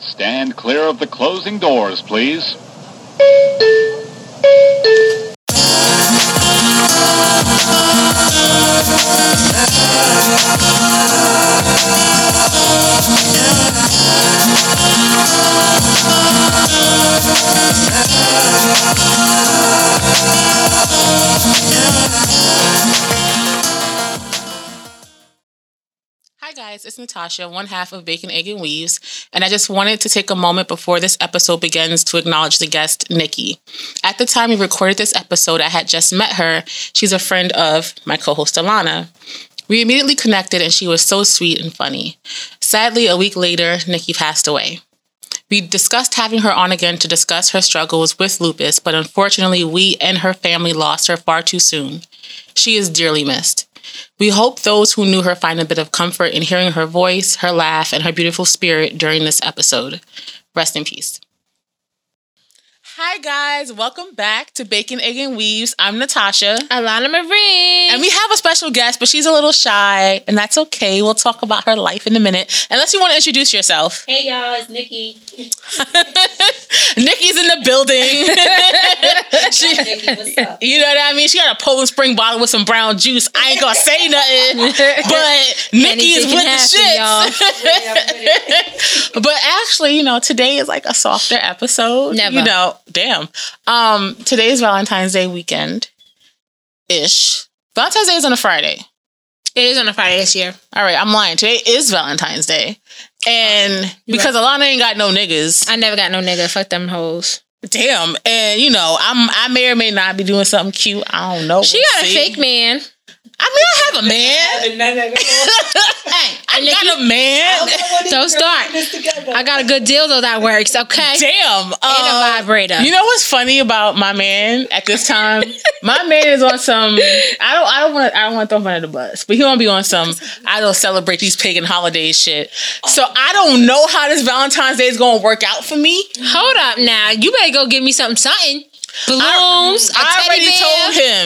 Stand clear of the closing doors, please. Hi guys, it's Natasha, one half of Bacon, Egg, and Weaves, and I just wanted to take a moment before this episode begins to acknowledge the guest, Nikki. At the time we recorded this episode, I had just met her. She's a friend of my co host, Alana. We immediately connected, and she was so sweet and funny. Sadly, a week later, Nikki passed away. We discussed having her on again to discuss her struggles with lupus, but unfortunately, we and her family lost her far too soon. She is dearly missed. We hope those who knew her find a bit of comfort in hearing her voice, her laugh, and her beautiful spirit during this episode. Rest in peace. Hi, guys. Welcome back to Bacon, Egg, and Weaves. I'm Natasha. Alana Marie. And we have a special guest, but she's a little shy, and that's okay. We'll talk about her life in a minute. Unless you want to introduce yourself. Hey y'all, it's Nikki. Nikki's in the building. she, Nikki, what's up? you know what I mean? She got a Poland Spring bottle with some brown juice. I ain't gonna say nothing, but Nikki is Anything with can the happen, shit. y'all. Yeah, I'm with it. but actually, you know, today is like a softer episode. Never. You know, damn. Um, today is Valentine's Day weekend ish. Valentine's Day is on a Friday. It is on a Friday this year. All right, I'm lying. Today is Valentine's Day. Oh, And because Alana ain't got no niggas, I never got no nigga. Fuck them hoes. damn. And you know, I'm I may or may not be doing something cute. I don't know. She We'll got a see. fake man. I mean, I have a man. None of that. Hey, I, I got a man. Don't start. I got a good deal though that works. Okay. Damn. And uh, a vibrator. You know what's funny about my man at this time? my man is on some. I don't. I don't want. to. I don't want to throw him under the bus, but he want to be on some. I don't celebrate these pagan holidays shit. So I don't know how this Valentine's Day is going to work out for me. Hold up now. You better go give me something, something. Balloons, a I teddy already bear,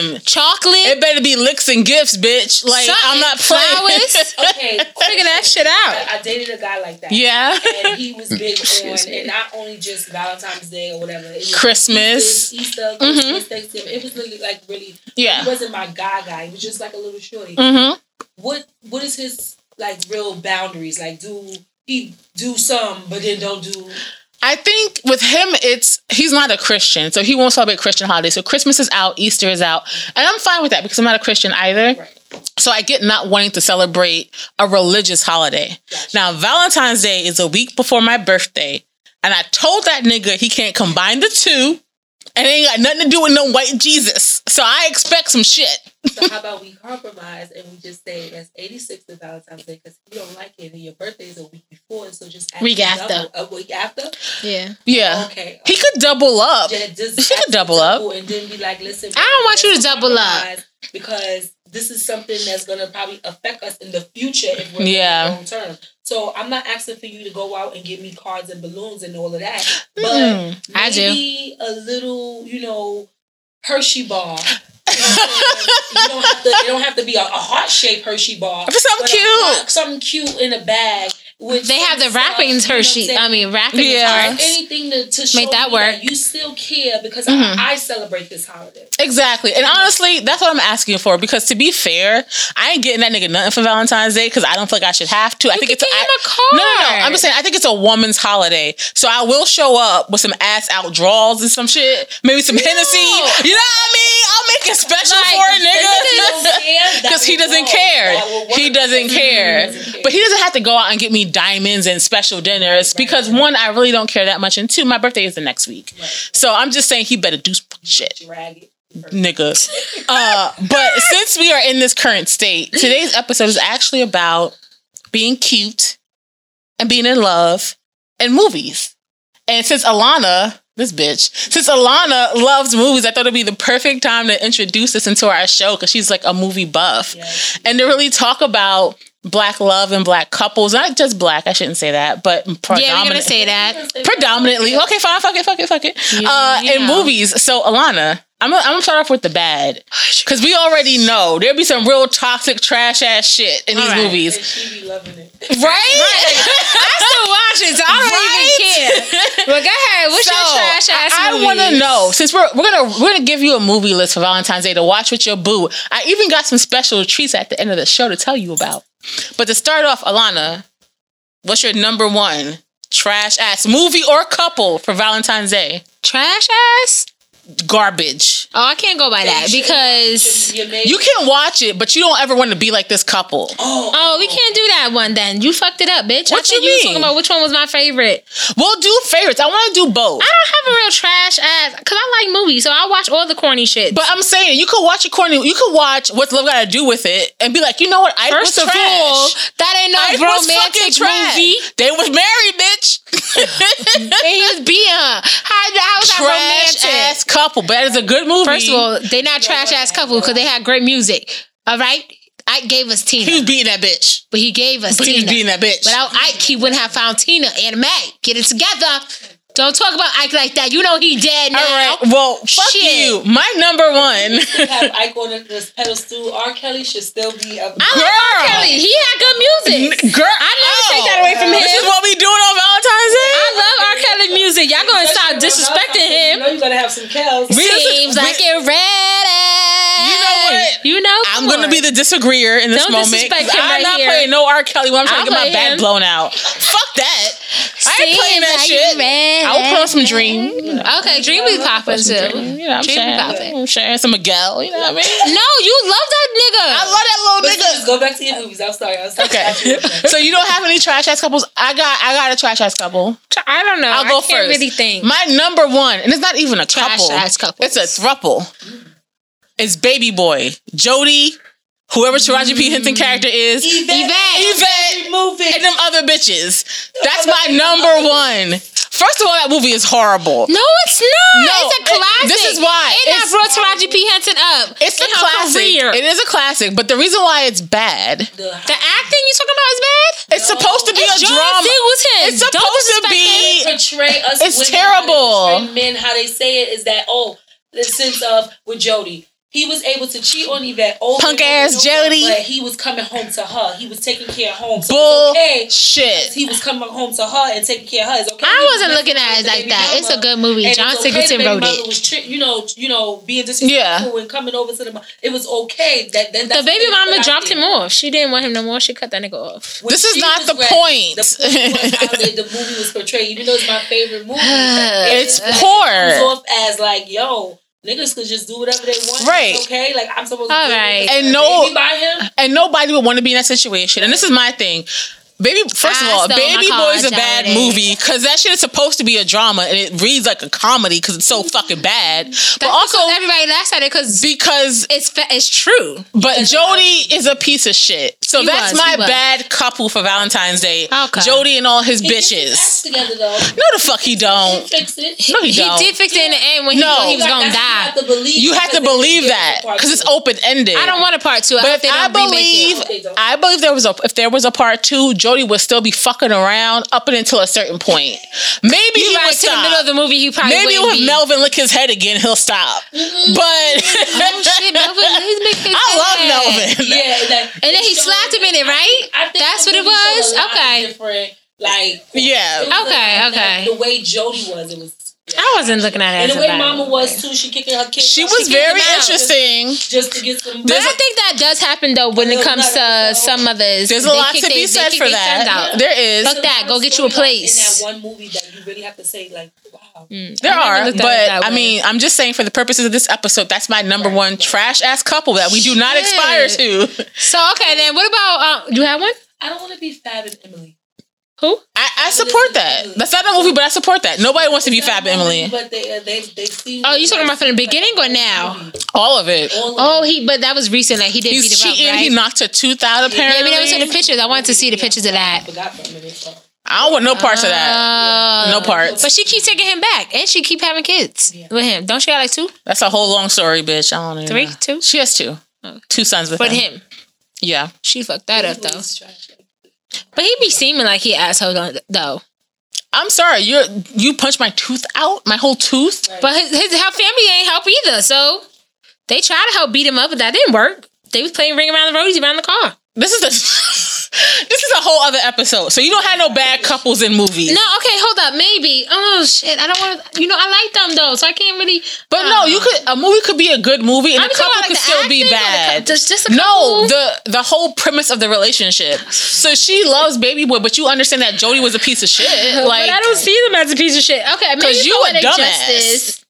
told him. It chocolate, better be licks and gifts, bitch. Like I'm something, not playing. flowers. Okay, Figure that shit out. I dated a guy like that. yeah. And he was big on, and not only just Valentine's Day or whatever. It was Christmas. Easter, Christmas, Thanksgiving. It was really like really. Yeah. He wasn't my guy guy. He was just like a little shorty. Mm-hmm. What What is his like real boundaries? Like do he do some, but then don't do. I think with him, it's he's not a Christian, so he won't celebrate Christian holidays. So Christmas is out, Easter is out, and I'm fine with that because I'm not a Christian either. Right. So I get not wanting to celebrate a religious holiday. Gotcha. Now Valentine's Day is a week before my birthday, and I told that nigga he can't combine the two, and it ain't got nothing to do with no white Jesus. So I expect some shit. So how about we compromise and we just say that's 86 of Valentine's Day because you don't like it and your birthday is a week before, so just act Week double- after. Uh-huh. a week after. Yeah. Yeah, Okay. he could double up. Yeah, just She could act double up. and then be like, listen. I don't want you to let's double up. compromise because this is something that's gonna probably affect us in the future if we're Yeah. long term. So I'm not asking for you to go out and give me cards and balloons and all of that, but Mm, maybe I do. a little, you know, Hershey bar. you don't have to. It don't have to be a, a heart shaped Hershey bar. But something a heart- cute. something cute in a bag. Which They have the some stuff, wrappings, you know what I'm Hershey. saying? I mean, wrappings. Yeah. Yeah. anything to, to show Make that me work. you still care because Mhm. I, I celebrate this holiday. Exactly. And honestly, that's what I'm asking for because to be fair, I ain't getting that nigga nothing for Valentine's Day because I don't feel like I should have to. I think it's could a- get I- him a card. No, no, no. I'm just saying I think it's a woman's holiday. So I will show up with some ass out draws and some shit. Maybe some Hennessy. You know what I mean? I'll make it special Like, for a nigga. Because he doesn't care. He doesn't care. But he doesn't have to go out and get me diamonds and special dinners because one, I really don't care that much. And two, my birthday is the next week. So I'm just saying he better do some shit Drag it. nigga. Uh, but since we are in this current state, today's episode is actually about being cute and being in love and movies. And since Alana, this bitch, since Alana loves movies, I thought it'd be the perfect time to introduce this into our show because she's like a movie buff Yes. and to really talk about black love and black couples. Not just black, I shouldn't say that, but predominant Yeah, we're gonna say that. predominantly okay fine fuck it fuck it fuck it Yeah, uh you in know. movies so alana I'm gonna, I'm gonna start off with the bad because we already know there'll be some real toxic trash ass shit in these All right. movies, And she be loving it. right? I still watch it, so I don't even care. But go ahead, what's So, your trash ass? I, movie? want to know since we're we're gonna we're gonna give you a movie list for Valentine's Day to watch with your boo. I even got some special treats at the end of the show to tell you about. But to start off, Alana, what's your number one trash ass movie or couple for Valentine's Day? Trash ass? Garbage. Oh, I can't go by that Shouldn't- because shouldn't be amazed. You can watch it, but you don't ever want to be like this couple. Oh, oh, we can't do that one. Then you fucked it up, bitch. I What think you you was mean? talking about which one was my favorite. We'll do favorites. I want to do both. I don't have a real trash ass because I like movies, so I watch all the corny shit. But I'm saying you could watch it corny. You could watch what's love got to do with it and be like, you know what? I first was of trash. all, that ain't no I was fucking romantic trash. movie. They was married, bitch. And he was beating her. How, how was that trash romantic? ass couple, but that is a good movie. First of all, they not trash ass couple because they had great music. All right, Ike gave us he Tina, was beating that bitch. but he gave us But he was beating Tina. that bitch. Without Ike, he wouldn't have found Tina and Meg. Get it together. Don't talk about Ike like that. You know he dead now. all right, well, fuck Shit. you. My number one. you have Ike on this pedestal. R. Kelly should still be up. I like Girl. R. Kelly. He had good music. Girl, I didn't take that away from This is him. what we doing on Valentine's Day. I love R. Kelly music. Y'all gonna stop disrespecting You know him. you're gonna have some cows. We- Seems we- like it ready. You know what? You know. I'm come gonna on. be the disagreeer in this Don't moment. disrespect 'cause him I'm right not here. playing no R. Kelly when I'm trying I'll to get my play back him. blown out. Fuck that. I ain't Seems playing that like it shit. ready. I will put on some dream. You know, Okay, Dream be popping too. you know I'm Dream sharing. popping. I'm sharing some Miguel. You know what I mean? No, you love that nigga. I love that But little nigga. just go back to your movies. I'm sorry. I was Okay. so you don't have any trash ass couples? I got I got a trash ass couple. I don't know. I'll I go can't first. Really think. My number one, and it's not even a Trash couple. ass couple. It's a thruple. It's baby boy. Jody, whoever Taraji P. Henson character is. Yvette. Yvette. Movie. And them other bitches. That's my number one. First of all, that movie is horrible. No, it's not. No, it's a it- classic. this is why. It not It's- brought Taraji P Henson up. It's a in her classic. career. It is a classic, but the reason why it's bad, the acting you talking about is bad. it's supposed to be It's a John drama. Singleton. It's Don't supposed to disrespect be him. portray us. It's women, terrible. How they portray men, how they say it is that oh, the sense of with Jody. He was able to cheat on Yvette. Over Punk and over ass and over, Jody. But he was coming home to her. He was taking care of home. So it's okay. bullshit. He was coming home to her and taking care of her. It's okay. I He wasn't was looking at it messing like with the that. baby It's mama. a good movie. And John it's okay the Singleton baby wrote mama it. Was tri- you know, you know, being disrespectful and coming over to the. mo- It was okay. That, that The baby mama dropped him off. She didn't want him no more. She cut that nigga off. This is not the point. The point was how the, the movie was portrayed. You know, it's my favorite movie. It's It comes poor. off as like, yo, niggas could just do whatever they want. Right. It's okay. Like I'm supposed All to. do right. this. And no- Baby by him. And nobody would want to be in that situation. And this is my thing. Baby, first of I all, stole my Baby car, Boy's a bad Jody. movie because that shit is supposed to be a drama and it reads like a comedy because it's so fucking bad. but also everybody laughs at it because because, it's fa- it's true. but Jody is a piece of shit. So He that's was, my he was. bad couple for Valentine's Day. Okay. Jody and all his He gets his act bitches. together though. No, the fuck he He don't. fixed it. No, he, He don't. did fix it in the end when he No. knew he was gonna That's- You die. have to believe. you have to because they believe didn't get that the part because it's two. open ended. I don't want a part two. I But hope if they I don't remake it. believe, They don't. I believe there was a if there was a part two, Jody would still be fucking around up and until a certain point. Maybe He he right would to the middle of stop. the movie. He probably Maybe wouldn't when be. Melvin lick his head again, he'll stop. But Mm-hmm. Oh shit, Melvin! He's making I love Melvin. Yeah, like, And then he slapped him in it, right? I think That's the what it movie showed was? a lot of Okay. Different, like Yeah. it was Okay, like, okay. The way Jody was, it was. I wasn't looking at it. And as the a way bad Mama movie. was too, she kicking her kids. she out. was kicked very them out interesting. Just to get some. But I think that does happen though when it Little comes to nugget. some mothers. There's a They lot kick to they- be they said kick for their sons that. out. There is. Fuck There's that. a Go lot of get you a storylines place. Mm. In that one movie that you really have to say, like, wow. There I never are, looked but at it that I way. mean, I'm just saying for the purposes of this episode, that's my number one trash ass couple that we do not Shit. expire to. So okay, then what about? Uh, do you have one? I don't want to be Fab and Emily. Who? I, I support that. That's not a movie, but I support that. Nobody wants to be It's not Fab a and movie, Emily. But they, uh, they, they seem. Oh, you talking about from the beginning or now? All of it. All of Oh, he. But that was recent. Like he did He's beat him cheating. up, He right? knocked her tooth out. Apparently, yeah, we never saw the pictures. I wanted to see the pictures I of that. forgot for a minute. So. I don't want no parts of that. Uh, No parts. But she keeps taking him back, and she keep having kids Yeah. with him. Don't she got like two, That's a whole long story, bitch. I don't even three, know. two? She has two. Two sons with But him. him, Yeah. she fucked that up It though. was trash. But he be seeming like he asshole though. I'm sorry, you you punched my tooth out, my whole tooth. But his, his her family ain't help either. So they tried to help beat him up, but that didn't work. They was playing ring around the roadies around the car. This is a this is a whole other episode. So you don't have no bad couples in movies. No, okay, hold up. Maybe. Oh shit. I don't want to you know, I like them though, so I can't really uh-uh. But no, you could a movie could be a good movie and Um, I'm a talking couple about, like, could the still acting or be the bad. cou- just- just a no couple? the the whole premise of the relationship. So she loves Baby Boy, but you understand that Jody was a piece of shit. Like but I don't see them as a piece of shit. Okay, maybe 'Cause you for a what they dumbass. justice.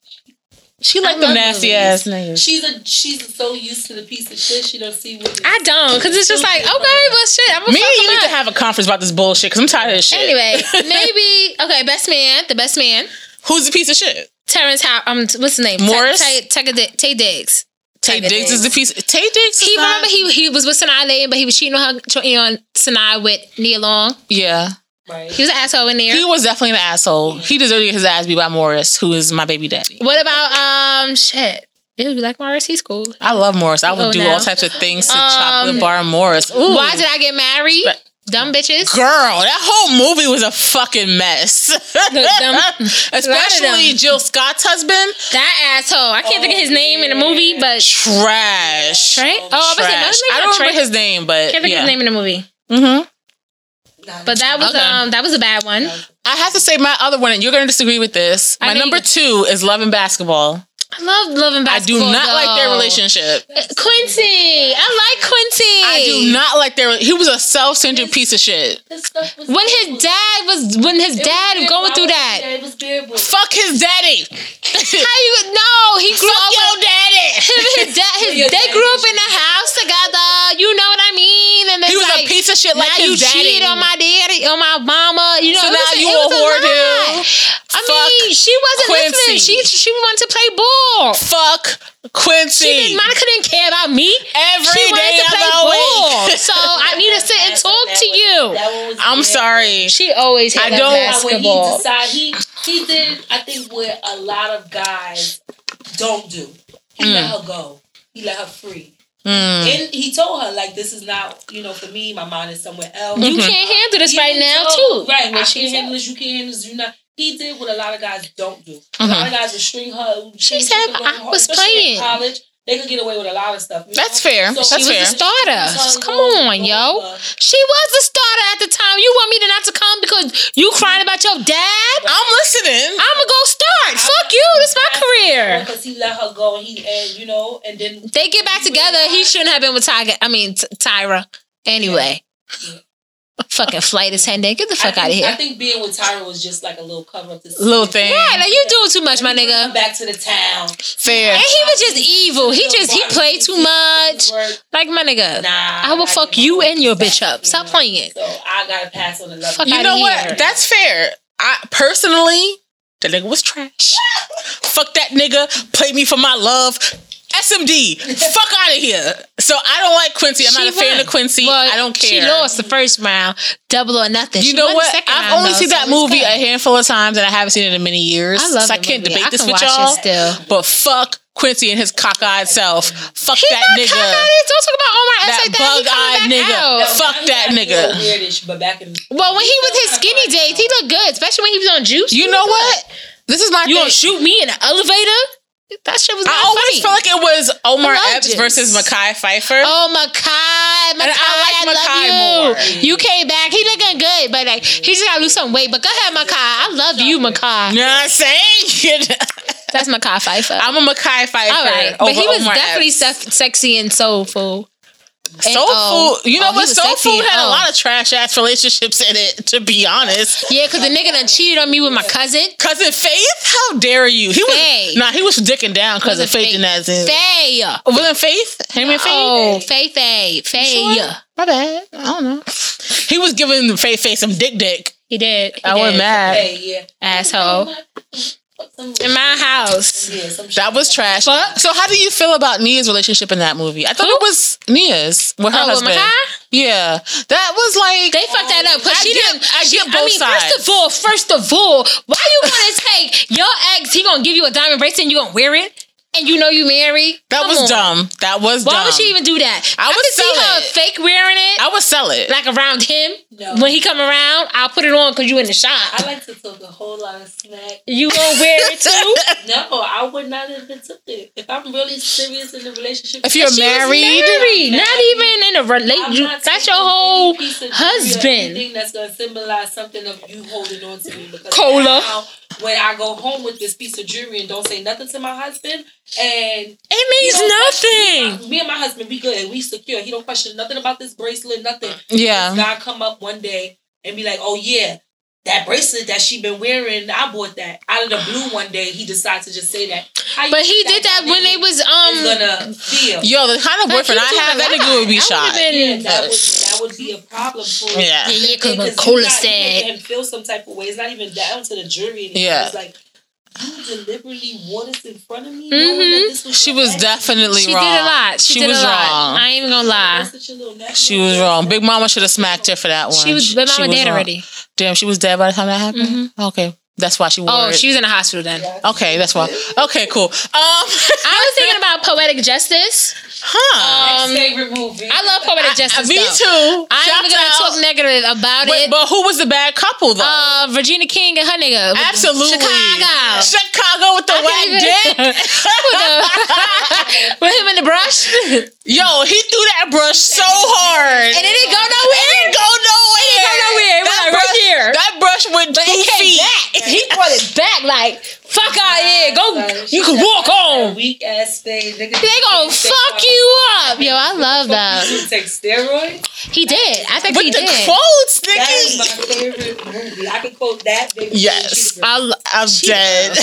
she I like the love nasty movies. ass niggas. She's a she's so used to the piece of shit she don't see what. I don't, because it's just like, okay, well shit. I'm gonna Me fuck and you him need to up. have a conference about this bullshit because I'm tired of this shit. Anyway, maybe okay, best man, the best man. who's the piece of shit? Terrence How um what's his name? Morris? Tay Tay- Tay- Tay Diggs. Tay Tyga Diggs is the piece. Tay Diggs. Is He not- remember he he was with Sinai Lane, but he was cheating on her cheating on Sinai with Nia Long. Yeah, Right. He was an asshole in there. he was definitely an asshole. He deserved to get his ass beat by Morris, who is my baby daddy. what about um shit? Ew, you like Morris? He's cool. I love Morris. I would Oh, do no. all types of things to Um, chocolate bar Morris. Ooh. Why did I get married? But- Dumb bitches. Girl, that whole movie was a fucking mess. them- Especially them. Jill Scott's husband. That asshole. I can't think of his name in the movie, but Trash. right? Oh, but Trash. I I don't remember his. his name, but Can't think yeah. of his name in the movie. Mhm. Nah, But that was Okay. um that was a bad one. I have to say my other one, and you're going to disagree with this. I My know you number do. two is Love and Basketball. I love Love and I do Basketball. not like their though. Uh, relationship. Quincy, I like Quincy. I do not like their. He was a self-centered piece of shit. this stuff was When his dad was when his It was dad bearable. going through I was- that. yeah, It was bearable. Fuck his daddy. How you no, he grew up with- Fuck your daddy. him and his dad his, Your they dad grew up is- in the house together. You know what I mean? And He it's was like, a piece of shit like now you his daddy. cheated on my daddy, on my mama. You know, So it was now a- you a it was a whore lot. too. I mean, she wasn't Quincy. listening. She she wanted to play ball. Fuck Quincy. She didn't, Monica didn't care about me. Every she wanted day to of play our ball. week. So Oh, I need to sit and talk to you. That one was I'm bearable. sorry. She always I hated don't- Now, when basketball. he decided he he did I think what a lot of guys don't do. He Mm. let her go. He let her free. Mm. And he told her like this is not you know for me. My mind is somewhere else. You can't handle this He right didn't now, tell- too. Right. When I she can't handle said, this. You can't handle this. You not. He did what a lot of guys don't do. A lot of guys would string her. Mm-hmm. She they said, could get away "I with- was especially in playing." College. They could get away with a lot of stuff. you That's know? fair. So That's she fair. was a starter. Son, Come go, on, go, yo. go. She was the starter at the time. You want me to not to come because you crying about your dad? I'm listening. I'ma go start. Fuck you. This my career. Because he let her go, and he and you know, and then They get back together. He shouldn't have been with Tyga. I mean, T- Tyra. Anyway. Fucking flight attendant. Get the fuck I out of think- I here. think being with Tyra was just like a little cover up. To Little thing. Right, like you doing too much, my Come nigga. back to the town. Fair. And he was just evil. He just he played too much. Work. Like my nigga. Nah, I will fuck get you it. and your bitch up. Stop know? playing. So I gotta pass on the love. Fuck you. You outta know here. what? That's fair. I personally, the nigga was trash. Fuck that nigga. Play me for my love. SMD. Fuck out of here. So I don't like Quincy. I'm She not a fan won. of Quincy. Well, I don't care. She lost the first round, double or nothing. You She know won the what? second I've round, only though, seen so that it's movie a fine. handful of times, and I haven't seen it in many years. I love So I that can't movie. debate I this can with watch it y'all. still. But fuck Quincy and his cockeyed self. Fuck He that not nigga. cockeyed. Don't talk about Omar That S like that. He bug-eyed coming back nigga. out. No, fuck now he that got a nigga. little Weirdish, but back in Well, when he was his skinny days, he looked good, especially when he was on juice. You he know what? looked This is my good. You thing. gonna shoot me in an elevator? That shit was not I always funny. felt like it was Omar I love Epps this. versus Makai Pfeiffer. Oh Makai, Makai, And I I, like love Makai you. You came back. He looking good, but like he just gotta lose some weight. But go ahead, Makai. I love you, Makai. You know what I'm saying? That's Makai Pfeiffer. I'm a Makai Pfeiffer. All right, but over he was Omar definitely Epps. sef- sexy and soulful. And, Soul oh, Food. You know oh, he what? was Soul sexy Food and, had oh. a lot of trash ass relationships in it, to be honest. Yeah, because the nigga done cheated on me with my cousin. Cousin Faith, how dare you? He was Faith. nah, he was dicking down cousin Wasn't Faith in that in. Faye. Wasn't Faith? Him and Faith? Oh, Faye Faye. Faye. Sure. My bad. I don't know. He was giving Faith Faith some dick dick. He did. He I wasn't did. mad. Hey, yeah. Asshole. In my house. Yeah, some shit. That was trash. Fuck. So how do you feel about Nia's relationship in that movie? I thought Who? it was Nia's with her Oh, with husband. Makai? yeah, that was like They fucked that up because I she get- didn't. I she- get both mean, sides. first of all, first of all, why you want to take your ex? He gonna give you a diamond bracelet and you gonna wear it? and you know you married. That Come was on. dumb. That was Why dumb. would she even do that? I I, would could see sell her it. fake wearing it, I would sell it. like around him. No. When he come around, I'll put it on because you in the shop. I like to cook a whole lot of snack. You gonna wear it too? No, I would not have been took it. If I'm really serious in the relationship, if you're She was married, married, not even in a I'm relationship. not That's your taking whole any piece of jewelry or husband. anything that's gonna symbolize something of you holding on to me. Because Cola. now, when I go home with this piece of jewelry and don't say nothing to my husband, and It You means nothing. me and my husband be good and we secure. He don't question nothing about this bracelet, nothing. yeah. God come up one day and be like, "Oh yeah, that bracelet that she been wearing, I bought that out of the blue." One day he decides to just say that. How you But he think did that when they woman was is um. gonna feel. Yo, the kind of Like, boyfriend you I doing have, a that lot. nigga would be I shot. would've been- Yeah, that would that would be a problem for you. Yeah. Yeah, yeah, because Because but you cola got- you said. making him feel some type of way. It's not even down to the jury. Anymore. Yeah. it's like you deliberately wore this in front of me. Mhm. She was definitely She wrong. did a lot. She, did was a lot. wrong. I ain't even gonna lie. she was wrong. Big Mama should have smacked her for that one. She was, but mama was dead wrong. already. Damn, she was dead by the time that happened. Okay, that's why she wore Mm-hmm. Oh, it. she was in the hospital then. okay, that's why. Okay, cool. Um, I was thinking about poetic justice. huh? Um, favorite movie. I love poetic justice. Me though. too. uh, I ain't even gonna Shout talk negative out. about Wait, it. but who was the bad couple though? uh, Regina King and her nigga. Absolutely, Chicago. Chicago with the whack can't even- dick. With the- with him in the brush. and Yo, he threw that brush so hard. it didn't go It nowhere. didn't go nowhere. It didn't go nowhere. It was That like right brush- here. That brush went But two it came feet. back. He brought it back like, fuck out of here. Go, you can walk on. Weak ass thing. They They gonna fuck you up. Yo, I love that. You take steroids. He did. I think With he the did. quotes, That is my nigga. favorite movie. I could quote that. Baby Yes. Cheetah Girl. I lo- I'm dead.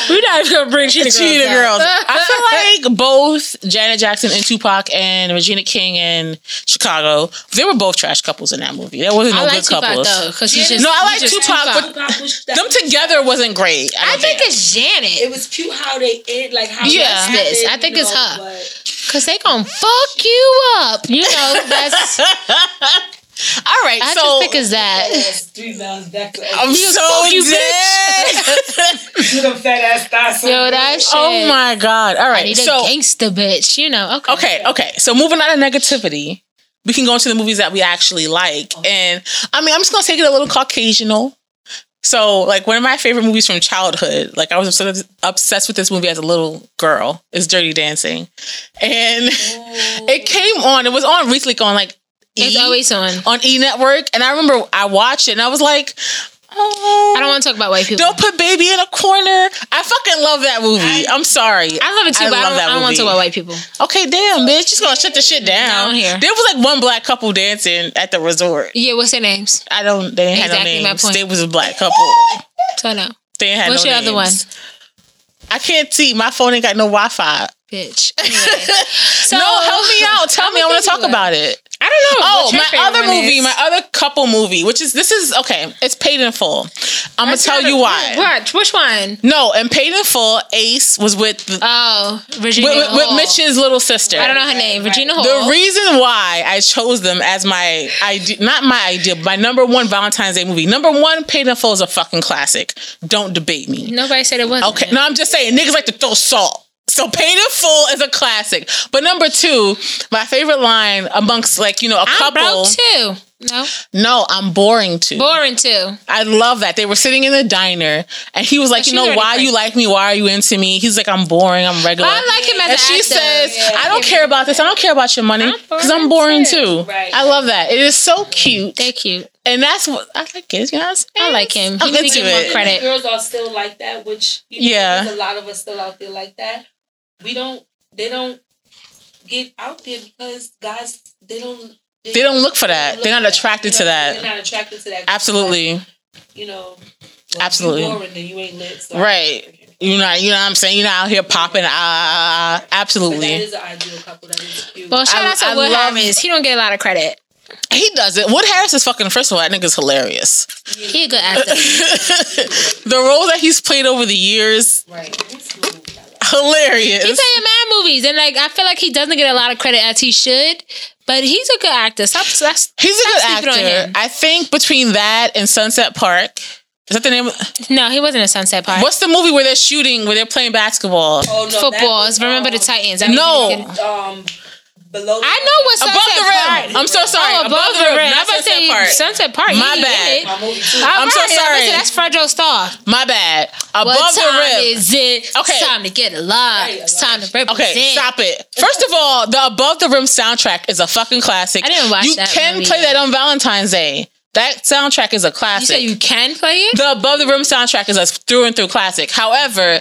We're not even gonna bring Cheetah, Cheetah Girls. girls. I feel like both Janet Jackson and Tupac and Regina King and Chicago, they were both trash couples in that movie. There wasn't no I like good Tupac couples. though, because he's Yeah, just no, I he's like just Tupac, but Tupac was- that Them was- together wasn't great. I, I don't think it's It Janet, was cute how they end, like how Yeah. it happened, Yes, I think you it's know, her. but- cause they gonna fuck you up. You know, that's All right, I so just think it's that. Yes, three rounds back to I'm so fuck you, dead. Get them fat ass thighs. Yo, that shit. oh my god! All I right, need so a gangster bitch. You know, okay, okay, okay. So moving on to negativity, we can go into the movies that we actually like, and I mean, I'm just gonna take it a little Caucasianal. So, like one of my favorite movies from childhood, like I was obsessed, obsessed with this movie as a little girl, is Dirty Dancing, and it came on. It was on recently, on like It's E! always on. on E Network, and I remember I watched it, and I was like, oh, I don't want to talk about white people. Don't put baby in a corner. I fucking love that movie. I'm sorry. I love it too, I but I love don't, that I don't want movie. to talk about white people. Okay, damn, bitch. She's gonna shut the shit down. Down here. There was like one black couple dancing at the resort. Yeah, what's their names? I don't. They didn't Exactly have my no names. point. They was a black couple. Turn out, They didn't have What's no your other one? names. I can't see. My phone ain't got no Wi Fi. bitch. Anyway. So, no, help me out. Tell me. I want to talk thinking what? about it. I don't know. Oh, what your my favorite other one movie, is. my other couple movie, which is this is okay. It's paid in full. I'm gonna tell you why. What? Which one? No, and paid in full. Ace was with the, Oh, Regina. with, with, with Hall. Mitch's little sister. I don't know her name. Regina Hall. The reason why I chose them as my idea, not my idea, my number one Valentine's Day movie. Number one, Paid in Full is a fucking classic. Don't debate me. Nobody said it wasn't. Okay. No, I'm just saying niggas like to throw salt. So paid in full is a classic. But number two, my favorite line amongst like, you know, a I'm couple. broke too. No, no, I'm boring too. boring too. I love that. They were sitting in the diner and he was like, But you she's know, already why you like me? Why are you into me? He's like, I'm boring, I'm regular. I like him as and an she actor. says, Yeah. I don't care about this. I don't care about your money I'm because I'm boring boring too." too. Right. I love that. It is so cute. They cute. And that's what I like it. You know what I'm saying? I like him. I'm He into give more it. credit. Girls are still like that, which you know, Yeah. there's a lot of us still out there like that. We don't. They don't get out there because guys. They don't. They don't look for that. look They're for not attracted You to know, that. They're not attracted to that. Absolutely. You know. well, if you Absolutely. Boring, then you ain't lit. so- Right. You know, you know what I'm saying? You're not out here popping. Ah, But that absolutely. is an ideal couple. That is cute. Well, shout I- out to I Will love- Harris. He don't get a lot of credit. He does it. Wood Harris is fucking, first of all, that nigga's hilarious. He a good actor. the role that he's played over the years, right. This movie, I like. hilarious. He's in mad movies, and like I feel like he doesn't get a lot of credit as he should. But he's a good actor. Stop, stop, He's a good sleeping on him. actor. I think between that and Sunset Park, Is that the name? of- No, he wasn't in Sunset Park. What's the movie where they're shooting, where they're playing basketball? Oh, no, that Footballs. was, Remember the um, Titans. I No. mean, Um, below. I know what above Sunset the rim. Park. I'm so sorry. Oh, above, the rim. I Not was gonna Sunset say Park. Sunset Park. My he bad. in it. My movie too. All I'm so right, I was sorry. gonna say That's Fredro Star. My bad. Above what time the rim. is it? Okay. It's time to get alive. Right, It's time to represent. Okay, stop it. First of all, the Above the Rim soundtrack is a fucking classic. I didn't watch You that can movie play yet. that on Valentine's Day. That soundtrack is a You classic. said you can play it. the Above the Rim soundtrack is a through and through classic. However,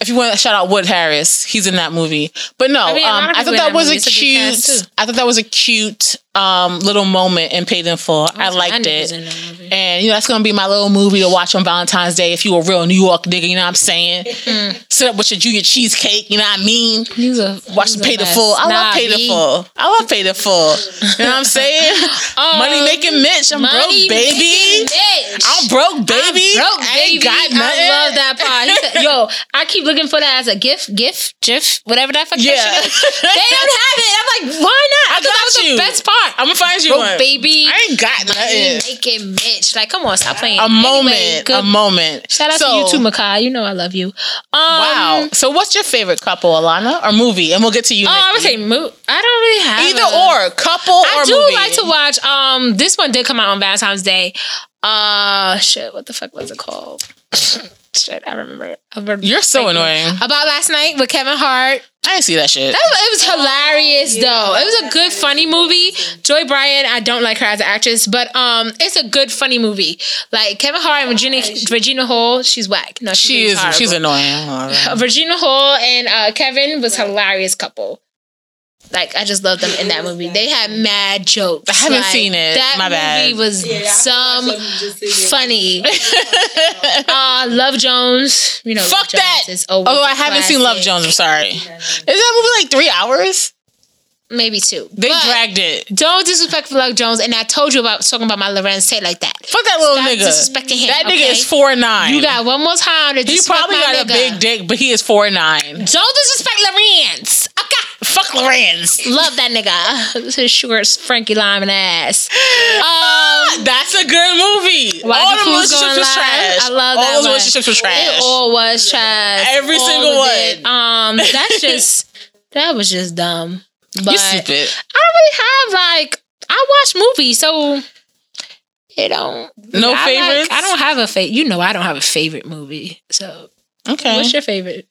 if you want to shout out Wood Harris, he's in that movie. But no, I I, mean, a lot um, of I people thought in that that was a movie. It's a good cast, cute. too. I thought that was a cute um, little moment in Paid in Oh, Full. I liked knew he it. was in that movie. And you know that's gonna be my little movie to watch on Valentine's Day if you a real New York nigga. You know what I'm saying? Mm-hmm. Sit up with your junior cheesecake. You know what I mean? He's a- Watch he's the a pay the mess. full. I Nah, love pay the B. full. I love pay the full. You know what I'm saying? Um, money making Mitch. I'm Money broke, baby. making bitch. I'm broke, baby. Broke baby. I ain't got I nothing. love that part. He said- Yo, I keep looking for that as a gift, gift, gif, whatever that fucking Yeah. shit is. They don't have it. I'm like, why not? I thought that got was you. the best part. I'm gonna find you broke one. baby. I ain't got Money nothing. making bitch. Like, come on, stop playing. A Anyway, moment. good- a moment. Shout out So, to you too, Makai. You know I love you. Um, Wow. So, what's your favorite couple, Alana, or movie? And we'll get to you. Oh, I would Nikki. say mo- I don't really have either a- or couple. I or do movie. like to watch. Um, this one did come out on Valentine's Day. Uh, shit. What the fuck was it called? shit, I remember. I remember You're so annoying. About last night with Kevin Hart. I didn't see that shit. That was, it was hilarious yeah, though. It was a that good is funny movie. Joy Bryan, I don't like her as an actress, but um, it's a good funny movie. Like Kevin Hart and Virginia Virginia Hall, she's whack. No, she's she is. She's Oh, annoying. Virginia Hall and uh, Kevin was hilarious couple. Like I just love them in that movie. They had mad jokes. I haven't Like, seen it. That My bad. movie was Yeah, I some watched something just sitting there. funny. uh, Love Jones. You know, Fuck Love Jones that. Is always Although a I haven't seen Love classic. Jones. I'm sorry. Is that movie like three hours? Maybe two. They But dragged it. Don't disrespect Love Jones. And I told you about talking about my Lorenz Tate like that. Fuck that little Stop nigga. disrespecting him, That nigga okay? is four nine. You got one more time to He disrespect probably my got a nigga. big dick, but he is four nine. Don't disrespect Lorenz. Okay. Fuck Lorenz. Love that nigga. His short Frankie Lyman ass. Um, That's a good movie. Why all the the Fools Gone relationships was Live? trash. I love all that those one. oh, relationships were trash. it all was trash. Every All single of one. it. Um, that's just that was just dumb. But you stupid. I don't really have like I watch movies, so it don't. No I like- favorites. I don't have a favorite. You know, I don't have a favorite movie. So, Okay. what's your favorite?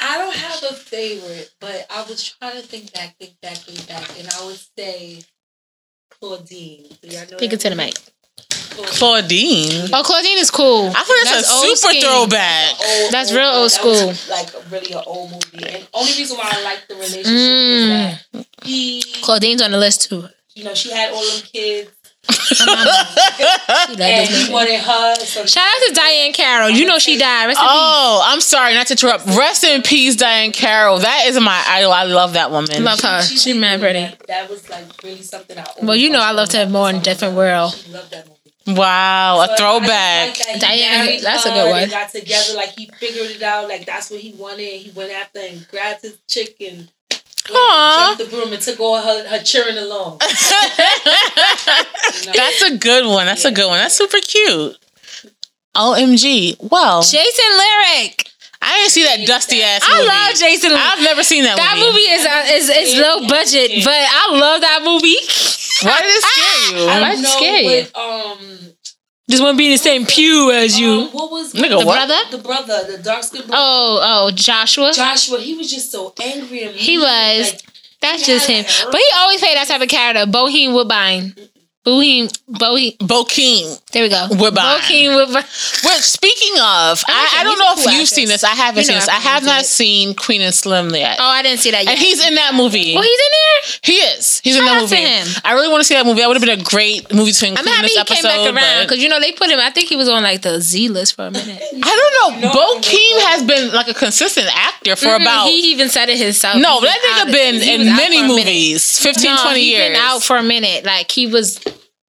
I don't have a favorite, but I was trying to think back, think back, think back, and I would say Claudine. Do y'all know Think that it to the movie? mic. Claudine. Claudine. Oh, Claudine is cool. I think that's, a old super skin. throwback. Old, That's real old that was, school. like a- really an old movie. And only reason why I like the relationship Mm. is that he, Claudine's on the list too. you know, she had all them kids, She and like this he nigga. wanted her. So Shout out to Diane Carroll. You know she died. Rest in Oh, I'm sorry, not to interrupt. Rest in peace, Diane Carroll. That is my idol. I love that woman. peace. Love her. She, mad pretty. That, that was like really something I. Well, you know I loved her more in Different World. She loved that movie. Wow, a But I throwback. just like that he Diane, married that's a her, good one. They got together, like he figured it out, like that's what he wanted. He went after and grabbed his chick and went Aw. and jumped the broom and took all her, her cheering along. You know? That's a good one. That's a Yeah. good one. That's super cute. OMG. Well, Jason Lyric. I didn't see that dusty ass I movie. love Jason Lyric. I've never seen that, that movie. movie is uh, is, is low budget, but I love that movie. Why did it scare you? I Why'd don't it know scare you? what, um, Just want to be in the same pew as um, what was Nigga, the what? brother? the brother, the dark skinned brother. Oh, oh, Joshua. Joshua, he was just so angry and He mean, was. like, That's just him. But he always played that type of character. Bohemian Woodbine. Bohemian. Bohemian. Bokeem. There we go. Woodbine. Bohemian Woodbine. Which, speaking of, I, I him. don't He's a know cool if you've actress. seen this. I haven't You seen know this. I I have probably not did. seen Queen and Slim yet. Oh, I didn't see that yet. and he's in that movie. Oh, he's in He is. He's in Shout that out to movie. him. I really want to see that movie. That would have been a great movie to include there. I'm in happy this he episode. came back around but- because you know they put him. I think he was on like the Z list for a minute. I don't know. No, Bo no, Keem no. has been like a consistent actor for Mhm, about he even said it himself. no. He was That out- nigga been he in was out for many a minute. movies, 15, No, 20 he years. been out for a minute. Like he was,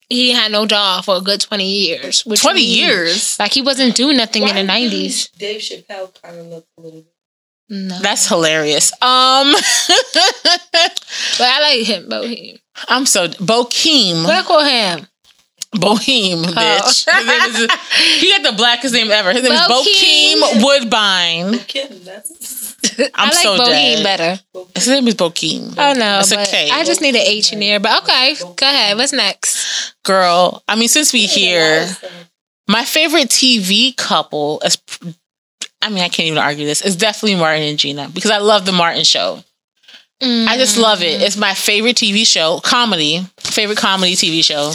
he had no job for a good twenty years. which twenty means, years. Like he wasn't doing nothing why in the did nineties. Dave Chappelle kind of looked a little bit. No, That's hilarious. Um, but I like him. But he, I'm so Bo Keem. what I call him? Boheem, oh. bitch. His name is- he got the blackest name ever. His name is Bokeem. Bokeem Woodbine. Kim, that's I I'm like so dead. Bohemian better. His name is Bokeem. Oh no, It's a but K. I just need an H in there. But okay, go ahead. What's next? Girl, I mean, since we here, my favorite TV couple is, I mean, I can't even argue this. It's definitely Martin and Gina because I love the Martin show. I just love it. It's my favorite TV show, comedy, favorite comedy TV show.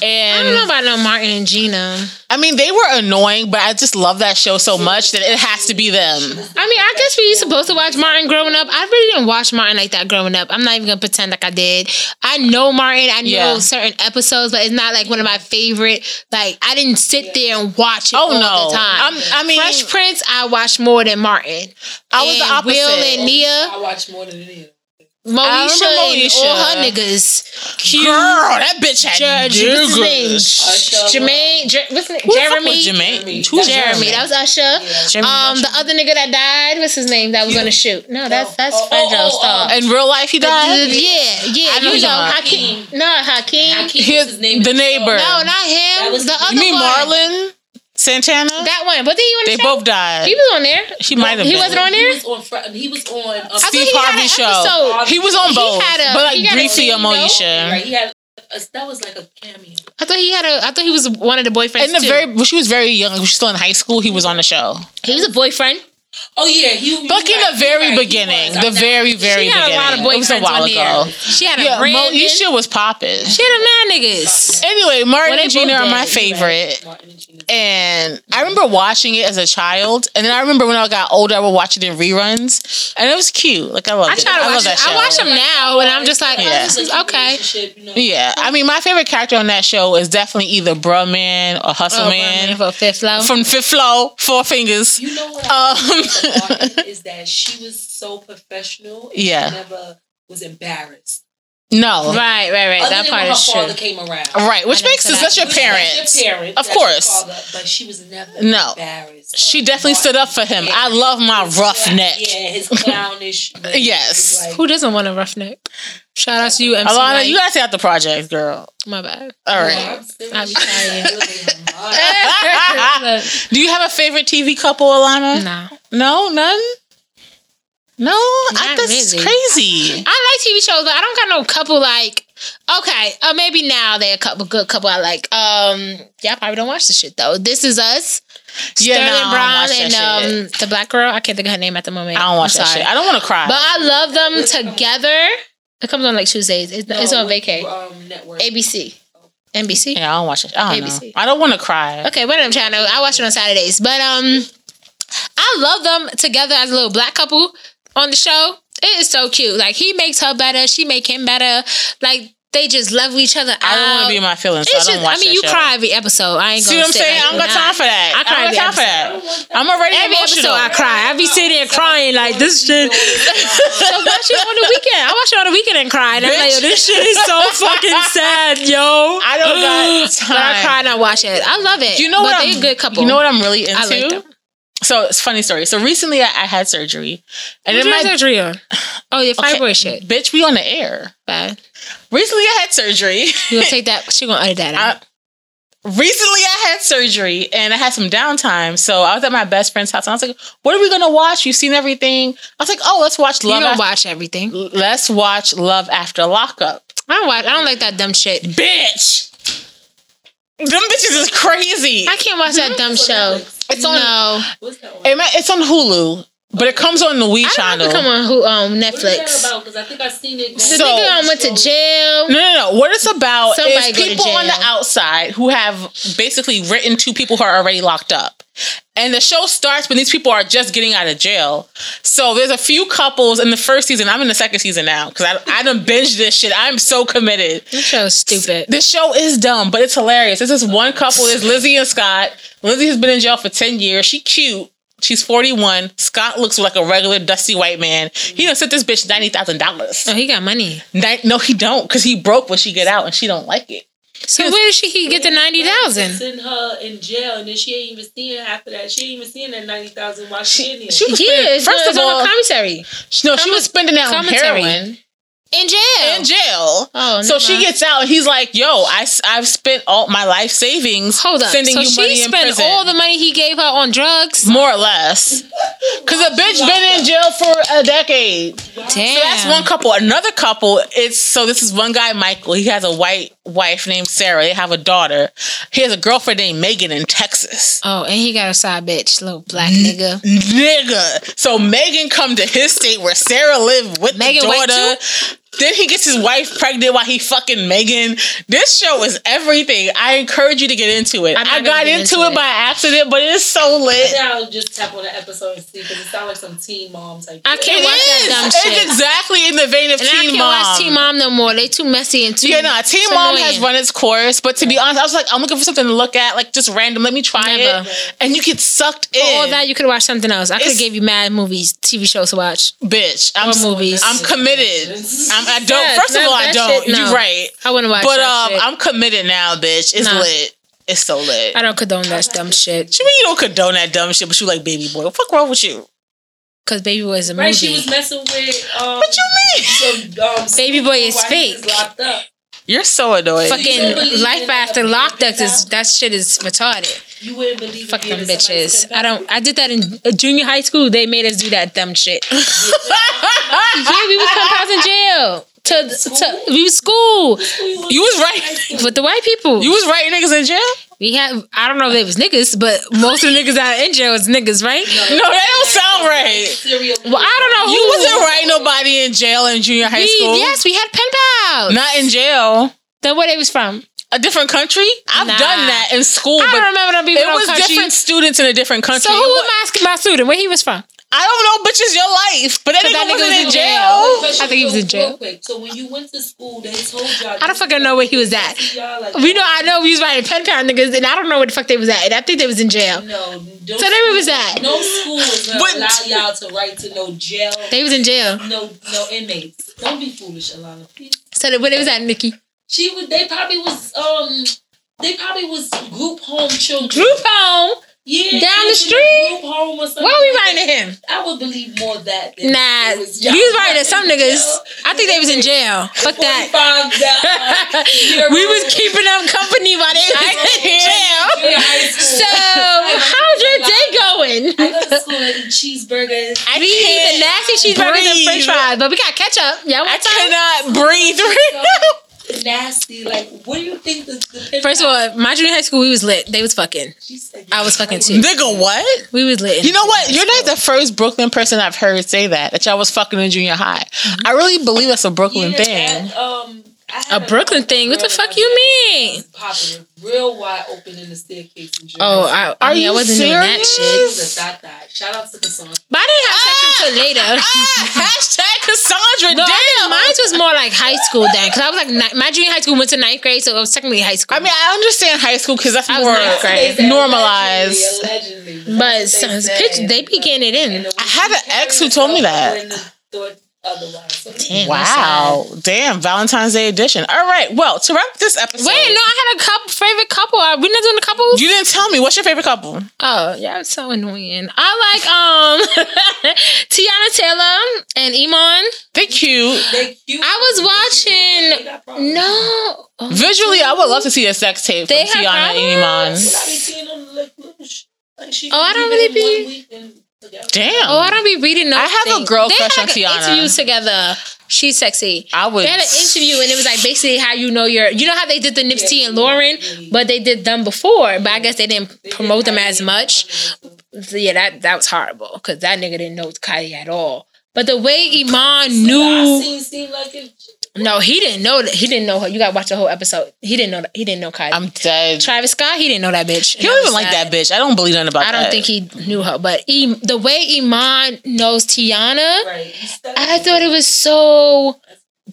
I And don't know about no Martin and Gina. I mean, they were annoying, but I just love that show so much that it has to be them. I mean, I guess we supposed to watch Martin growing up. I really didn't watch Martin like that growing up. I'm not even gonna pretend like I did. I know Martin. I know Yeah. certain episodes, but it's not like one of my favorite. Like I didn't sit there and watch it Oh, all no. the time. I'm- I mean- Fresh Prince, I watched more than Martin. I was the And Will opposite. and Nia, I watch more than any of them. Moesha, and Moesha. all her niggas. Q, Girl, that bitch had Judge, what's his name? Dugas. Usher, Jermaine, Jer- what's his name? Who the fuck Jeremy. was Jeremy. Jermaine. That's Jeremy. That was Usher. Jeremy um, the other nigga that died, what's his name? That was gonna shoot. No, that's that's Oh, oh, Fredro oh, Starr. In real life, he died. yeah, yeah. I know who you know, you are. Hakeem. No, Hakeem. Hakeem His- is his name the in show. neighbor. No, not him. That was- the other You mean one. Marlon Santana? That one. But then he on they the show? both died. He was on there. She might have He been. wasn't on there. He was on. Fr- He was on. uh, thought Steve he had an Harvey show. episode. He was on He both, had a- but he like got a briefly on scene, though. Moesha. Right, he had a, that was like a cameo. I thought he had a. I thought he was one of the boyfriends. In the too. very, well, she was very young. She was still in high school. He was on the show, he was a boyfriend. Oh yeah, he. Back you in right, the you very right, he beginning, was. the I'm not- very, very she had beginning. a lot of boyfriends it was a while on there. ago. She had a Yeah, Brandon. Moesha was popping. She had a man niggas. Anyway, Martin Well, they and Gina both are my dead, you favorite. Martin and Gina. And I remember watching it as a child, and then I remember when I got older, I would watch it in reruns, and it was cute. Like I loved I it. try to I watch love that it. show. I watch them now, and I'm just like, oh, Yeah. this is Like, okay. relationship, you know. Yeah, I mean, my favorite character on that show is definitely either Bruh Man or Hustle Oh, Man Brandon for fifth low. from Fifth Flow, Four Fingers. You know what Um. I like about Martin is that she was so professional. and Yeah. she never was embarrassed. No, right, right, right, right. Other that than part when her is father true. came around. which I know, makes sense. so that's- That's your Which is parents. your parents, Of that's your course. father, but she was never No. embarrassed. She of definitely stood up for Martin. him. Yeah. I love my rough neck. Yeah, his clownish. ways. Yes. Like, Who doesn't want a roughneck? Shout out to you, MC. Alana, Light. you gotta take out the project, girl. my bad. All right. I'm serious. I'm sorry. Look Do you have a favorite TV couple, Alana? no. No, none. No, I, Not that's really. crazy. I like TV shows, but I don't got no couple like. Okay, uh, maybe now they're a couple good couple I like. Um, y'all probably don't watch the shit though. This is us. Yeah, Sterling no, I don't watch Brown that and shit. um the black girl. I can't think of her name at the moment. I don't watch I'm that sorry. shit. I don't want to cry. But I love them together. It comes on like Tuesdays. It's, it's on vacay. Um, network. ABC, NBC. yeah, I don't watch it. I don't know. ABC. I don't want to cry. Okay, one of them channel. I watch it on Saturdays, but um, I love them together as a little black couple on the show. It is so cute. Like he makes her better, she make him better. Like they just level each other. I don't want out. to be in my feelings. So I Um, It's don't just. watch I mean, that you show. cry every episode. I ain't See gonna what I'm sit saying? I like you don't got not. time for that. I, I don't got cry time for every that. I'm already Every emotional. episode I cry. I be sitting there crying like this shit. So watch it on the weekend. I watch it on the weekend and cry. And I'm like, yo, this shit is so fucking sad, yo. I don't got But I time. cry and I watch it. I love it. You know what? but I'm- They a good couple. You know what I'm really into? I like them. So it's a funny story. So recently I, I had surgery, and then my surgery on? Oh, your Okay, fibroid shit. bitch, we on the air. Bad. Recently I had surgery. You gonna take that? She gonna edit that out. recently I had surgery and I had some downtime. So I was at my best friend's house and I was like, what are we gonna watch? You've seen everything. I was like, oh, let's watch you Love don't After watch everything. Let's watch Love After Lockup. I don't watch. I don't like that dumb shit. Bitch. Them bitches is crazy. I can't watch that dumb show. It's on- No, What's that one? It ma- It's on Hulu, but it comes on the Wii I don't channel. have to come on who um What is Netflix. that about? Because I think I seen it. The So- nigga um, went to jail. No, no, no. What it's about Somebody is go to people on the jail. outside who have basically written to people who are already locked up. And the show starts when these people are just getting out of jail. So there's a few couples in the first season. I'm in the second season now because I, I done binge this shit. I'm so committed. That show's stupid. This show is dumb, but it's hilarious. It's this one couple. It's Lizzie and Scott. Lizzie has been in jail for 10 years. She cute. She's 41. Scott looks like a regular dusty white man. He done sent this bitch $90,000. Oh, he got money. Ni- No, he don't, because he broke when she get out and she don't like it. So where did she he get the ninety thousand? Send her in jail, and then she ain't even seeing half of that. She ain't even seeing that ninety thousand while she, in there. She was Yeah, spending, first of all, commissary. no, she was spending that on commentary. heroin. in jail. in jail. oh, So never she mind. gets out, and he's like, "Yo, I, have spent all my life savings Hold up. sending so you she money in spent prison, all the money he gave her on drugs. more or less." Because a bitch been in jail for a decade. Damn. So that's one couple. Another couple, it's so this is one guy, Michael. He has a white wife named Sarah. They have a daughter. He has a girlfriend named Megan in Texas. Oh, and he got a side bitch, little black nigga. Nigga. So Megan come to his state where Sarah lived with Megan the white daughter. Then he gets his wife pregnant while he fucking Megan. This show is everything. I encourage you to get into it. I'm not I gonna got get into, into it, it. by accident, but it's so lit. Now just tap on the episode and see because it sounds like some teen mom type. I It can't watch is. that dumb it's shit. exactly in the vein of and Teen I can't Mom. watch Team Mom no more. They too messy and too. Yeah, no, Teen it's Mom annoying. has run its course, but to be honest, I was like, I'm looking for something to look at, like just random. Let me try Never. it, and you get sucked in. For all that, you could watch something else. I could It's- have gave you mad movies, TV shows to watch. bitch. I'm Or movies. I'm committed. I'm, I don't. Yes, first of no, all, I that don't. shit, no. You're right, I wouldn't watch but that um, shit. I'm committed now, bitch. It's Nah. lit. It's so lit. I don't condone that dumb shit. What you mean you don't condone that dumb shit, but you like baby boy? What the fuck wrong with you? Because Baby Boy is a right, she movie. was messing with um, What you mean? some, um, Baby Boy is while he was fake. Locked up. You're so annoying. You don't believe Fucking life in after that lockdock baby is that shit is retarded. You wouldn't believe. Fuck them bitches. I don't. I did that in uh, junior high school. They made us do that dumb shit. yeah, we was sometimes in jail. To, to we was school you was right. with the white people. You was right. Niggas in jail. we had. I don't know if they was niggas, but most of the niggas out in jail was niggas, right? No, that don't sound right. Serial. Well, I don't know. You who- wasn't right. Nobody in jail in junior high We, school. yes, we had pen pals. Not in jail. Then where they was from? a different country. I've Nah. done that in school, I but don't remember them being it from was country. different students in a different country. So who It am wa- I asking my student where he was from? I don't know, bitches, your life, but that But nigga, that nigga wasn't was in in jail. jail. I think he was in jail. Real quick. So when you went to school, they told y'all. I don't fucking know where he was at. Y'all like, We know I know we was writing pen pal niggas, and I don't know where the fuck they was at. And I think they was in jail. No. So then where was that? No school is gonna But- allow y'all to write to no jail. They was in jail. No, no inmates. Don't be foolish, Alana. Please. So that- where they was at, Nikki? She was. They probably was. Um. They probably was group home children. Group home. yeah, down they the was in a street? Group home or something. Why we like that. writing to him? I would believe more that. Than Nah, it y'all you was writing to writing some to niggas. jail. I think they was in jail. Fuck that. $45 we was keeping them company while they was in jail. Junior high school. So how's your day I going? go to school and eat cheeseburgers. We eat the nasty cheeseburgers and breathe. French fries, but we got ketchup. Yeah, I what time? cannot breathe right now. Nasty. Like, what do you think the, the First of all, my junior high school, we was lit. They was fucking. she said, I was fucking too. Nigga, what? We was lit. You know what? You're not the first Brooklyn person I've heard say that, that y'all was fucking in junior high. I really believe that's a Brooklyn Yeah, thing. that, um, I a had Brooklyn thing. What the girl fuck that you was mean? Popular, real wide open in the staircase. In junior Oh, high I, Are I, mean, you I wasn't doing that serious? shit. school. She was a dot dot. Shout out to Cassandra. But I didn't have sex until later. ah, hashtag Cassandra. No, I damn. think mine was more like high school then, because I was like ni- my junior high school went to ninth grade, so it was technically high school. I mean, I understand high school because that's I was ninth more grade. They said normalized. Allegedly, allegedly. but That's what some they pitch, said. they be getting it And in. the I way had she an ex carried who told me herself that. when the thought Otherwise, so Damn, I'm Wow. Damn, Valentine's Day edition. All right. Well, to wrap this episode. Wait, no, I had a couple favorite couple. Are we not doing a couple? You didn't tell me. What's your favorite couple? oh, yeah, it's so annoying. I like um Tiana Taylor and Iman. They cute. they cute. I was They got watching. problems. No, Oh, Visually, I would love to see a sex tape They from have Tiana and Iman. problems? But I be seeing them like little sh- like she. Oh, I don't really be- be. Damn. Oh, I don't be reading. No I have a things. girl they crush had on like Tiana. An interview together. She's sexy. I would. They had an interview and it was like basically how you know your. You know how they did the Nipsey and Lauren, but they did them before. But I guess they didn't promote them as much. So, yeah, that that was horrible because that nigga didn't know Kylie at all. But the way Iman I knew, seen seem like it. no, he didn't know that. He didn't know her. You got to watch the whole episode. He didn't know. That, he didn't know Kylie. I'm dead. Travis Scott, he didn't know that bitch. He don't even like that bitch. I don't believe nothing about I that. don't think he knew her, but I, the way Iman knows Tiana, Right. I thought it was so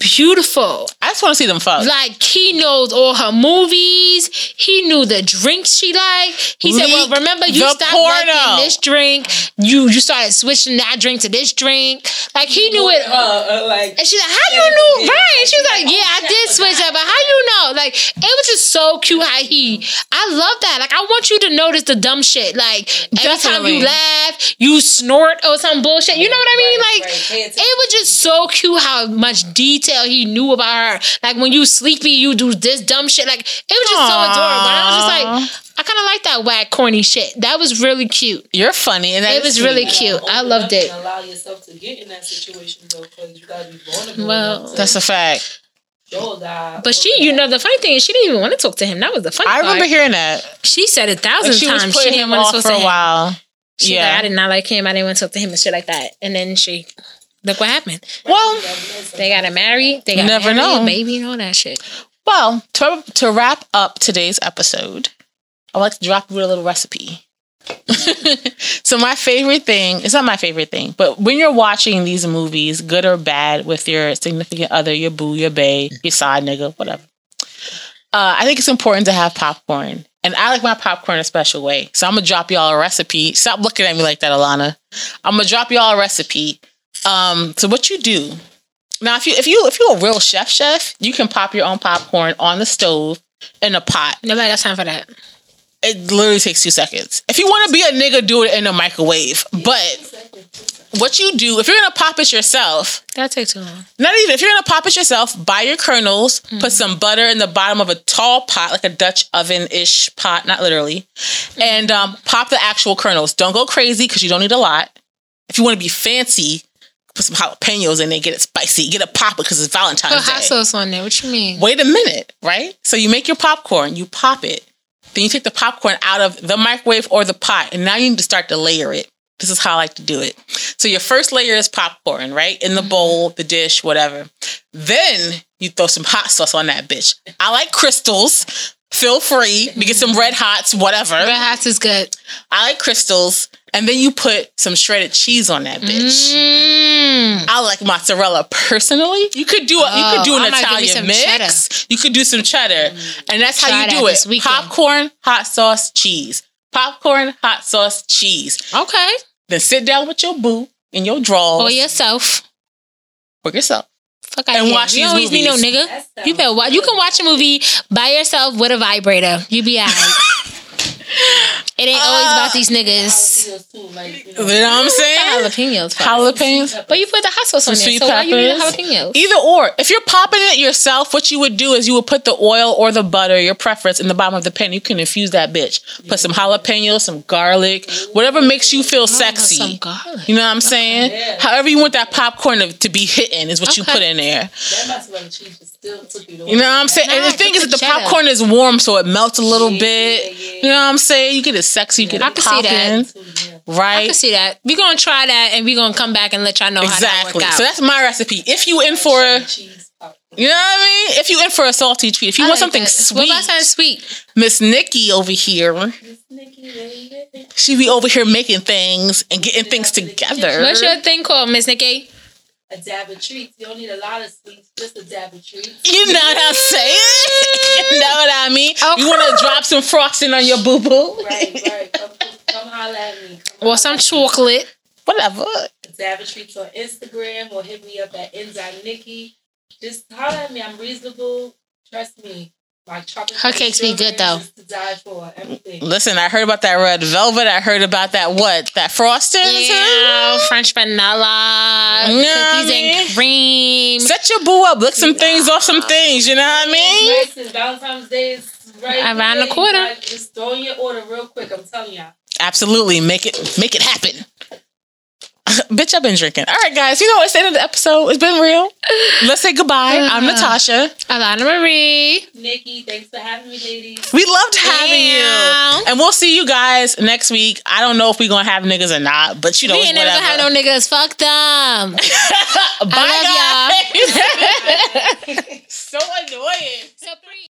beautiful. I just want to see them fuck. Like he knows all her movies. He knew the drinks she liked. He said, "Well, Leak remember you the stopped porno. liking this drink. You you started switching that drink to this drink. Like he knew it all." Uh, uh, like And she's like, how you knew? Right. She was like, yeah, I did switch up, but how you know? Like, it was just so cute how he. I love that. Like I want you to notice the dumb shit. Like every time Definitely. you laugh, you snort or some bullshit. You know what I mean? Right, Like right. Pay it attention. was just so cute how much detail he knew about her. Like when you sleepy, you do this dumb shit. Like it was just so Aw. adorable. And I was just like, I kind of like that whack corny shit. That was really cute. You're funny, and that It is was sweet. really cute. I Open loved up it. And allow yourself to get in that situation though, because you gotta be vulnerable. Well, enough to That's a fact. show that. But she, you know, the funny thing is, she didn't even want to talk to him. That was the funny I part. remember hearing that. she said it Like, thousands she of was times. She putting didn't him want to off talk for to a him. while. She's Yeah. like, I did not like him. I didn't want to talk to him and shit like that. And then she, look what happened. Well, They got married. They got Never married, know. baby, and all that shit. well, to, to wrap up today's episode, I would like to drop you with a little recipe. so my favorite thing, it's not my favorite thing, but when you're watching these movies, good or bad, with your significant other, your boo, your bae, your side nigga, whatever. Uh, I think it's important to have popcorn. And I like my popcorn a special way. So I'm gonna drop y'all a recipe. Stop looking at me like that, Alana. I'm gonna drop y'all a recipe. Um, so what you do now, if you if you if you're a real chef, chef, you can pop your own popcorn on the stove in a pot. Nobody got time for that. It literally takes two seconds. If you want to be a nigga, do it in a microwave. But what you do if you're gonna pop it yourself, That take too long. not even if you're gonna pop it yourself, buy your kernels, put some butter in the bottom of a tall pot, like a Dutch oven ish pot, not literally, and um, pop the actual kernels. Don't go crazy because you don't need a lot. If you want to be fancy, put some jalapenos in there, get it spicy, get a popper because it's Valentine's Put hot Day. sauce on there. What you mean? Wait a minute, right? So you make your popcorn, you pop it, then you take the popcorn out of the microwave or the pot, and now you need to start to layer it. This is how I like to do it. So your first layer is popcorn, right? In the bowl, the dish, whatever. Then you throw some hot sauce on that bitch. I like crystals. Feel free to get some red hots, whatever. Red hot is good. I like crystals. And then you put some shredded cheese on that bitch. Mm. I like mozzarella personally. You could do a, you could do an Oh, I might give me Italian some Mm. mix. You could do some cheddar, and that's how Try you that do this it. weekend. Popcorn, hot sauce, cheese. Popcorn, hot sauce, cheese. Okay. Then sit down with your boo in your drawers Or yourself. for yourself. Fuck out And here. watch you these always need no movies. nigga. That sounds You better watch. You can watch a movie by yourself with a vibrator. You be alright. it ain't always about these niggas. Jalapenos too, like, you You know know, what I'm saying? Jalapenos. fuck. Jalapenos. But you put the hot sauce on Some there. sweet So why you need peppers. jalapenos? Either or, if you're popping it yourself, what you would do is you would put the oil or the butter, your preference, in the bottom of the pan. You can infuse that bitch. Put some jalapenos, some garlic, whatever makes you feel sexy. Some garlic. You know what I'm saying? Yeah. However you want that popcorn to, to be hitting is what you Okay. put in there. that mozzarella cheese just still took you to You know what I'm saying? and Nah, the thing put is that the the cheddar. popcorn is warm, so it melts a little Yeah, bit. yeah, yeah. You know what I'm saying? You get it sexy, you get I it can see that. popping, I right? can see that. We're gonna try that and we're gonna come back and let y'all know Exactly. how that worked out. So that's my recipe. If you in for, Or a- cheese popcorn. you know what I mean? If you in for a salty treat, if you I want like something that. What sweet, about something sweet? Miss Nikki over here, she be over here making things and getting things together. What's your thing called, Miss Nikki? A dab of treats. You don't need a lot of sweets, just a dab of treats. You know what I'm saying? you know what I mean? Okay. You want to drop some frosting on your boo boo? Right, right. Come, come, come holler at me. Come holler Or some at me. chocolate. Whatever. Dab of treats on Instagram or hit me up at Enzyme Nikki. Just holler at me. I'm reasonable. Trust me. My chocolate Her cakes be good, though. Mm. is To die for everything. Listen, I heard about that red velvet. I heard about that what? That frosting? Yeah, French vanilla, You know what cookies I mean? and cream. Set your boo up. Lick some things off some things. You know what I mean? Nice and Valentine's Day is right Around the here. You corner. guys Just throw in your order real quick. I'm telling y'all. Absolutely. Make it make it happen. Bitch, I've been drinking. All right, guys. You know what? It's the end of the episode. It's been real. Let's say goodbye. Uh-huh. I'm Natasha. Alana Marie. Nikki, thanks for having me, ladies. We loved having Yeah. you. And we'll see you guys next week. I don't know if we're going to have niggas or not, but you know, We it's ain't never whatever. gonna have no niggas. Fuck them. Bye, I love guys. so annoying. so pretty.